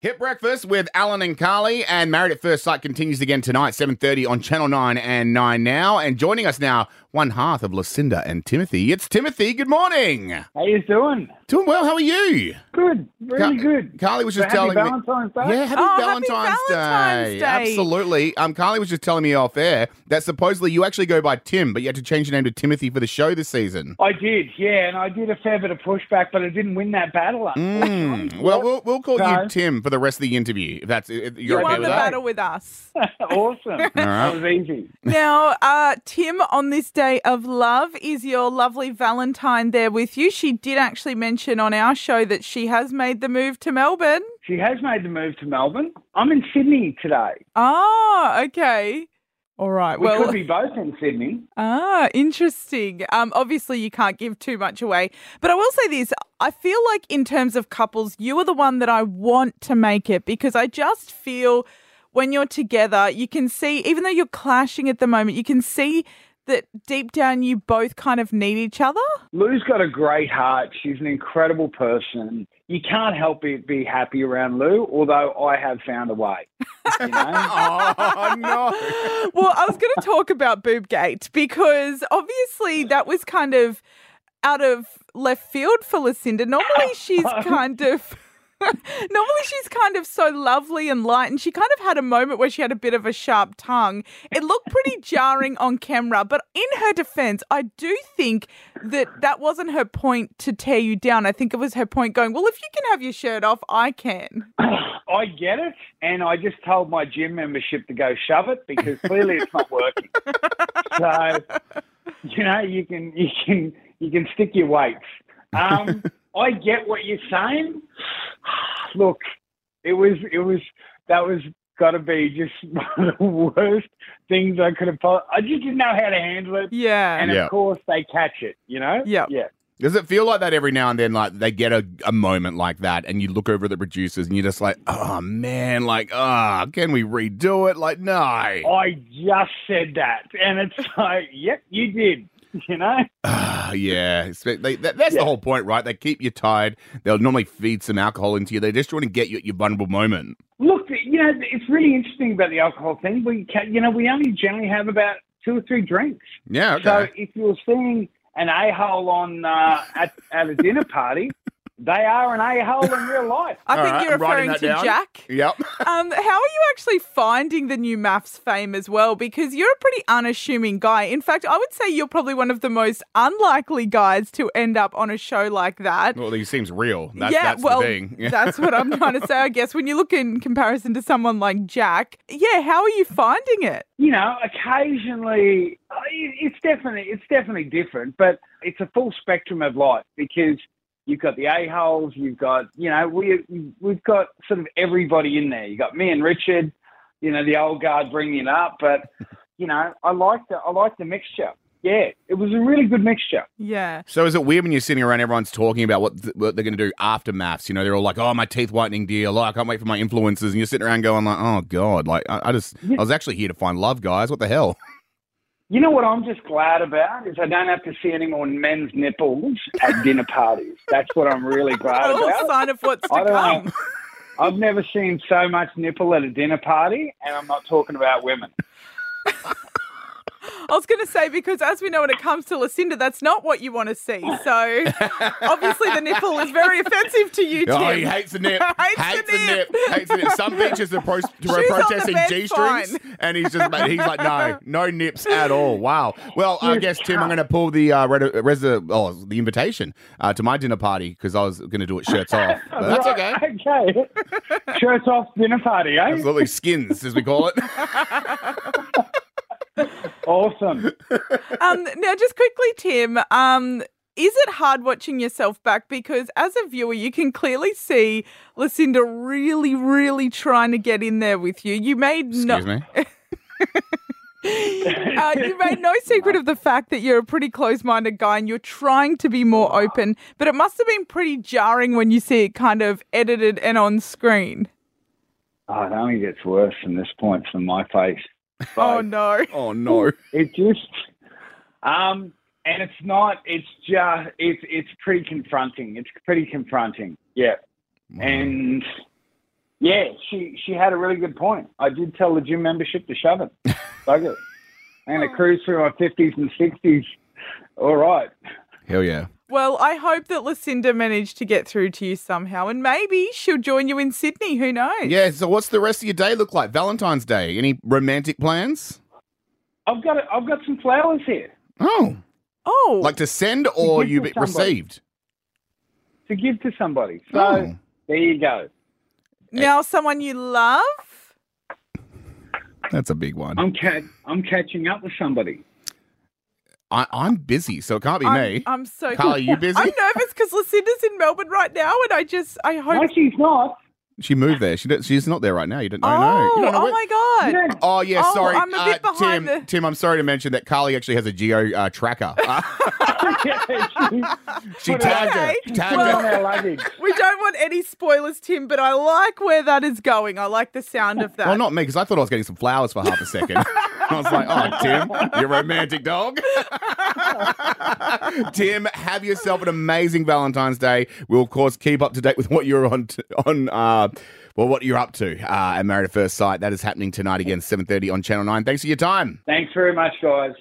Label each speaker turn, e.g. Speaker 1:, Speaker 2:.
Speaker 1: Hit breakfast with Alan and Carly, and Married at First Sight continues again tonight, seven thirty on Channel Nine and Nine now. And joining us now, one half of Lucinda and Timothy. It's Timothy. Good morning.
Speaker 2: How you doing?
Speaker 1: Doing well. How are you?
Speaker 2: Good, really
Speaker 1: Ca-
Speaker 2: good.
Speaker 1: Carly was
Speaker 2: So
Speaker 1: just
Speaker 2: happy
Speaker 1: telling me.
Speaker 2: Valentine's Day.
Speaker 1: Yeah, happy,
Speaker 3: Oh, happy
Speaker 1: Valentine's,
Speaker 3: Valentine's
Speaker 1: Day.
Speaker 3: Day.
Speaker 1: Absolutely. Um, Carly was just telling me off air that supposedly you actually go by Tim, but you had to change your name to Timothy for the show this season.
Speaker 2: I did, yeah, and I did a fair bit of pushback, but I didn't win that battle.
Speaker 3: Oh,
Speaker 2: unfortunately.
Speaker 1: Mm. Well, we'll we'll call you
Speaker 2: No.
Speaker 1: Tim for the rest of the interview. If that's if you're
Speaker 3: you
Speaker 1: okay
Speaker 3: won
Speaker 1: with
Speaker 3: the
Speaker 1: that.
Speaker 3: battle with us.
Speaker 2: awesome.
Speaker 1: right.
Speaker 2: That was easy.
Speaker 3: now, uh, Tim, on this day of love, is your lovely Valentine there with you? She did actually mention on our show that she has made the move to Melbourne.
Speaker 2: She has made the move to Melbourne. I'm in Sydney today.
Speaker 3: Oh, okay. All right.
Speaker 2: We
Speaker 3: well,
Speaker 2: could be both in Sydney.
Speaker 3: Ah, interesting. Um, obviously, you can't give too much away. But I will say this I feel like, in terms of couples, you are the one that I want to make it because I just feel when you're together, you can see, even though you're clashing at the moment, you can see that deep down you both kind of need each other.
Speaker 2: Lou's got a great heart. She's an incredible person. You can't help but be happy around Lou, although I have found a way. You know?
Speaker 1: oh no.
Speaker 3: well, I was going to talk about Boobgate because obviously that was kind of out of left field for Lucinda. Normally she's
Speaker 1: Uh-huh.
Speaker 3: kind of. Normally she's kind of so lovely and light, and she kind of had a moment where she had a bit of a sharp tongue. It looked pretty jarring on camera, but in her defense, I do think that that wasn't her point to tear you down. I think it was her point going, Well, if you can have your shirt off, I can.
Speaker 2: I get it, and I just told my gym membership to go shove it because clearly it's not working. So, you know, you can you can you can stick your weights. Um, I get what you're saying. Look, it was it was that was got to be just one of the worst things I could have. po- I just didn't know how to handle it,
Speaker 3: Yeah.
Speaker 2: and
Speaker 1: Yeah.
Speaker 2: of course they catch it. You know.
Speaker 3: Yep.
Speaker 2: Yeah.
Speaker 1: Does it feel like that every now and then? Like they get a, a moment like that, and you look over at the producers, and you're just like, "Oh man, like, ah, can we redo it? Like, no."
Speaker 3: Oh.
Speaker 2: I just said that, and it's like, yep, you did. You know.
Speaker 1: Ah, yeah, It's- they- that- that's the
Speaker 2: Yeah.
Speaker 1: whole point, right? They keep you tied. They'll normally feed some alcohol into you. They just want to get you at your vulnerable moment.
Speaker 2: Look, you know, it's really interesting about the alcohol thing. We, ca you know, we only generally have about two or three drinks.
Speaker 1: Yeah, okay.
Speaker 2: So if you're seeing an a-hole on uh, at, at a dinner party, they are an a-hole in real life.
Speaker 3: I
Speaker 1: All
Speaker 3: think
Speaker 1: right,
Speaker 3: you're
Speaker 1: I'm writing
Speaker 3: referring to
Speaker 1: that down.
Speaker 3: Jack.
Speaker 1: yep.
Speaker 3: Um, how are you actually finding the new maths fame as well? Because you're a pretty unassuming guy. In fact, I would say you're probably one of the most unlikely guys to end up on a show like that.
Speaker 1: Well, he seems real. That's,
Speaker 3: yeah,
Speaker 1: that's
Speaker 3: well,
Speaker 1: the thing. Yeah.
Speaker 3: that's what I'm trying to say. I guess when you look in comparison to someone like Jack, yeah, how are you finding it?
Speaker 2: You know, occasionally uh, it, it's definitely it's definitely different, but it's a full spectrum of life because you've got the a-holes, you've got you know we we've got sort of everybody in there. You got me and Richard, you know, the old guard bringing it up, but you know, I like the I like the mixture. Yeah, it was a really good mixture.
Speaker 3: Yeah.
Speaker 1: So is it weird when you're sitting around, everyone's talking about what, th- what they're going to do after maths? You know, they're all like, "Oh, my teeth whitening deal. Oh, I can't wait for my influences." And you're sitting around going like, "Oh God, like I, I just I was actually here to find love, guys. What the hell?"
Speaker 2: You know what I'm just glad about is I don't have to see any more men's nipples at dinner parties. That's what I'm really glad
Speaker 3: A
Speaker 2: about.
Speaker 3: little sign of what's
Speaker 2: I
Speaker 3: to
Speaker 2: don't
Speaker 3: come.
Speaker 2: know. I've never seen so much nipple at a dinner party, and I'm not talking about women.
Speaker 3: I was going to say because as we know, when it comes to Lucinda, that's not what you want to see. So obviously, the nipple is very offensive to you, Tim.
Speaker 1: Oh, he hates the nip.
Speaker 3: Hates the nip.
Speaker 1: Hates the nip. Some beaches are pro-
Speaker 3: on the
Speaker 1: protesting
Speaker 3: bed,
Speaker 1: g-strings, and he's just he's like, no, no nips at all. Wow. Well, I
Speaker 2: You
Speaker 1: guess Tim, I'm
Speaker 2: can't.
Speaker 1: going to pull the uh, red, res- oh, the invitation uh, to my dinner party because I was going to do it shirts off. But that's okay.
Speaker 2: Right, okay. Shirts off dinner party, eh?
Speaker 1: Absolutely skins, as we call it.
Speaker 2: Awesome.
Speaker 3: um, now, just quickly, Tim, um, is it hard watching yourself back? Because as a viewer, you can clearly see Lucinda really, really trying to get in there with you. You made no,
Speaker 1: Excuse me.
Speaker 3: uh, you made no secret of the fact that you're a pretty close-minded guy and you're trying to be more open. But it must have been pretty jarring when you see it kind of edited and on screen.
Speaker 2: Oh, it only gets worse from this point from my face.
Speaker 3: Oh
Speaker 2: Like,
Speaker 3: no!
Speaker 1: Oh no.
Speaker 2: It just, um, and it's not. It's just. It's it's pretty confronting. It's pretty confronting. Yeah. and Yeah, she she had a really good point. I did tell the gym membership to shove it, bug it, and a cruise through my fifties and sixties. All right,
Speaker 1: Hell yeah.
Speaker 3: Well, I hope that Lucinda managed to get through to you somehow, and maybe she'll join you in Sydney. Who knows?
Speaker 1: Yeah, so what's the rest of your day look like? Valentine's Day. Any romantic plans?
Speaker 2: I've got a, I've got some flowers here
Speaker 1: Oh.
Speaker 3: Oh,
Speaker 1: Like to send or
Speaker 2: Give
Speaker 1: you
Speaker 2: to
Speaker 1: be-
Speaker 2: somebody.
Speaker 1: received?
Speaker 2: to give to somebody. So
Speaker 1: Oh.
Speaker 2: there you go.
Speaker 3: now someone you love?
Speaker 1: That's a big one.
Speaker 2: I'm ca- I'm catching up with somebody.
Speaker 1: I, I'm busy, so it can't be
Speaker 3: I'm,
Speaker 1: me.
Speaker 3: I'm so.
Speaker 1: Carl, are you busy?
Speaker 3: I'm nervous because Lucinda's in Melbourne right now, and I just I hope.
Speaker 2: No, she's not.
Speaker 1: she moved there. She don't, she's not there right now. You don't, I know.
Speaker 3: oh,
Speaker 1: You don't know
Speaker 3: oh
Speaker 1: where-
Speaker 3: my god!
Speaker 2: Yeah.
Speaker 1: Oh yeah,
Speaker 3: Oh,
Speaker 1: sorry,
Speaker 3: I'm a bit
Speaker 1: uh, Tim.
Speaker 3: behind the-
Speaker 1: Tim, I'm sorry to mention that Carly actually has a geo uh, tracker. Uh,
Speaker 2: Yeah, she-
Speaker 1: she
Speaker 2: Put it
Speaker 1: tagged her.
Speaker 3: okay.
Speaker 1: Tagged
Speaker 2: put it on
Speaker 1: her.
Speaker 2: our luggage.
Speaker 3: We don't want any spoilers, Tim, but I like where that is going. I like the sound of that.
Speaker 1: Well, not me, because I thought I was getting some flowers for half a second. I was like, oh, Tim, you romantic dog. Tim, have yourself an amazing Valentine's Day. We'll, of course, keep up to date with what you're on, t- on uh, well, what you're up to uh, at Married at First Sight. That is happening tonight again, 7.30 on Channel 9. Thanks for your time.
Speaker 2: Thanks very much, guys.